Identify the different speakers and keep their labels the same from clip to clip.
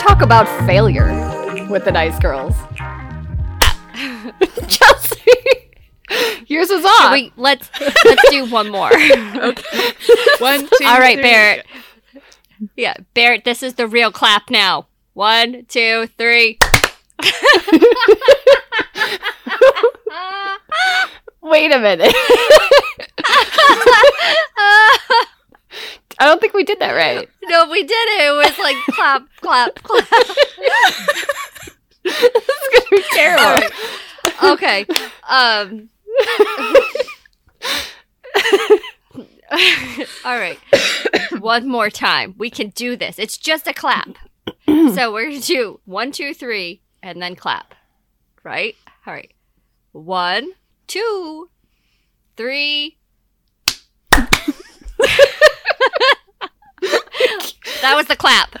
Speaker 1: talk about failure with the Nice Girls. Chelsea, yours is
Speaker 2: Should
Speaker 1: off.
Speaker 2: we let's let's do one more.
Speaker 3: Okay. One, two,
Speaker 2: All right,
Speaker 3: three.
Speaker 2: Barrett. Yeah, Barrett, this is the real clap now. One, two, three.
Speaker 1: Wait a minute. I don't think we did that right.
Speaker 2: no, we did it. It was like clap, clap, clap.
Speaker 1: It's gonna be terrible.
Speaker 2: Okay. Um. All right. One more time. We can do this. It's just a clap. so we're gonna do one, two, three, and then clap. Right? All right. One, two, three. that was the clap.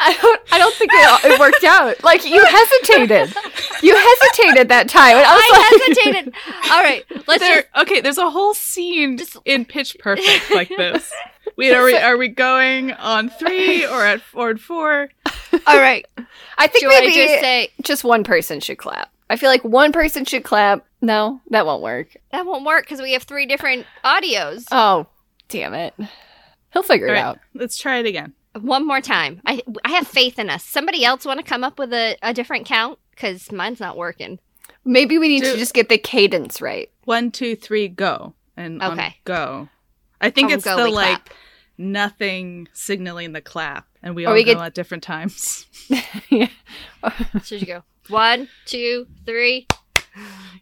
Speaker 1: I don't. I don't think it, it worked out. Like you hesitated. You hesitated that time. And I was
Speaker 2: I
Speaker 1: like,
Speaker 2: hesitated. All right. Let's
Speaker 3: There,
Speaker 2: just.
Speaker 3: okay, there's a whole scene
Speaker 2: Just-
Speaker 3: in Pitch Perfect like this. Wait, are we are we going on three or at or at four?
Speaker 2: All right.
Speaker 1: I think
Speaker 2: Do I
Speaker 1: maybe
Speaker 2: just
Speaker 1: just,
Speaker 2: say
Speaker 1: one person should clap. I feel like one person should clap. No, that won't work.
Speaker 2: that won't work because we have three different audios?
Speaker 1: Oh, damn it. He'll figure
Speaker 3: All
Speaker 1: it
Speaker 3: right,
Speaker 1: out.
Speaker 3: let's try it again.
Speaker 2: One more time. I I have faith in us. Somebody else want to come up with a, a different count because mine's not working.
Speaker 1: Maybe we need
Speaker 3: Do-
Speaker 1: to just get the cadence right.
Speaker 3: One, two, three, go, and on
Speaker 2: Okay.
Speaker 3: go. I think
Speaker 2: On
Speaker 3: it's
Speaker 2: go,
Speaker 3: the
Speaker 2: we
Speaker 3: like
Speaker 2: clap.
Speaker 3: nothing signaling the clap, and we
Speaker 1: Or
Speaker 3: all
Speaker 1: we
Speaker 3: go
Speaker 1: could-
Speaker 3: at different times.
Speaker 2: Should you go one, two, three?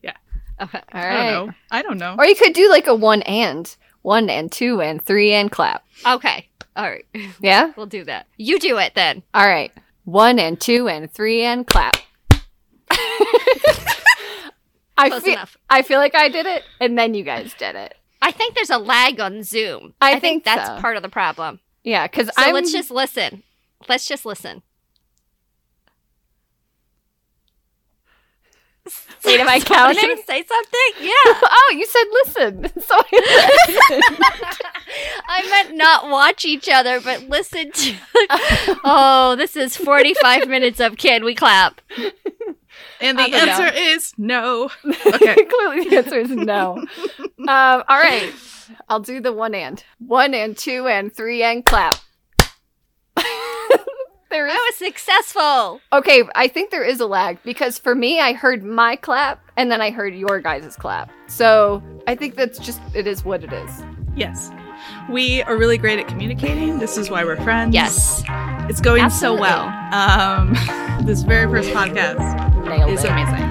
Speaker 3: Yeah.
Speaker 2: Okay.
Speaker 1: All
Speaker 3: I
Speaker 1: right.
Speaker 3: don't know. I don't know.
Speaker 1: Or you could do like a one and one and two and three and clap.
Speaker 2: Okay. All right.
Speaker 1: Yeah?
Speaker 2: We'll do that. You do it then.
Speaker 1: All right. One and two and three and clap. I
Speaker 2: Close
Speaker 1: feel,
Speaker 2: enough.
Speaker 1: I feel like I did it and then you guys did it.
Speaker 2: I think there's a lag on Zoom.
Speaker 1: I think
Speaker 2: that's
Speaker 1: so.
Speaker 2: part of the problem.
Speaker 1: Yeah, because
Speaker 2: So
Speaker 1: I'm
Speaker 2: let's just listen. Let's just listen.
Speaker 1: Wait, am I
Speaker 2: Somebody
Speaker 1: counting?
Speaker 2: Say something? Yeah.
Speaker 1: oh, you said listen. So I
Speaker 2: I meant not watch each other, but listen to. oh, this is 45 minutes of Can We Clap?
Speaker 3: And the
Speaker 1: Up and down.
Speaker 3: answer is no. Okay.
Speaker 1: Clearly, the answer is no. um, all right, I'll do the one and one and two and three and clap. there is
Speaker 2: I was successful.
Speaker 1: okay. I think there is a lag because for me, I heard my clap and then I heard your guys' clap. So I think that's just it is what it is.
Speaker 3: Yes. We are really great at communicating. This is why we're friends.
Speaker 2: Yes.
Speaker 3: It's going
Speaker 2: Absolutely.
Speaker 3: so well. Um, this very first podcast
Speaker 1: Nailed
Speaker 3: is
Speaker 1: it.
Speaker 3: amazing.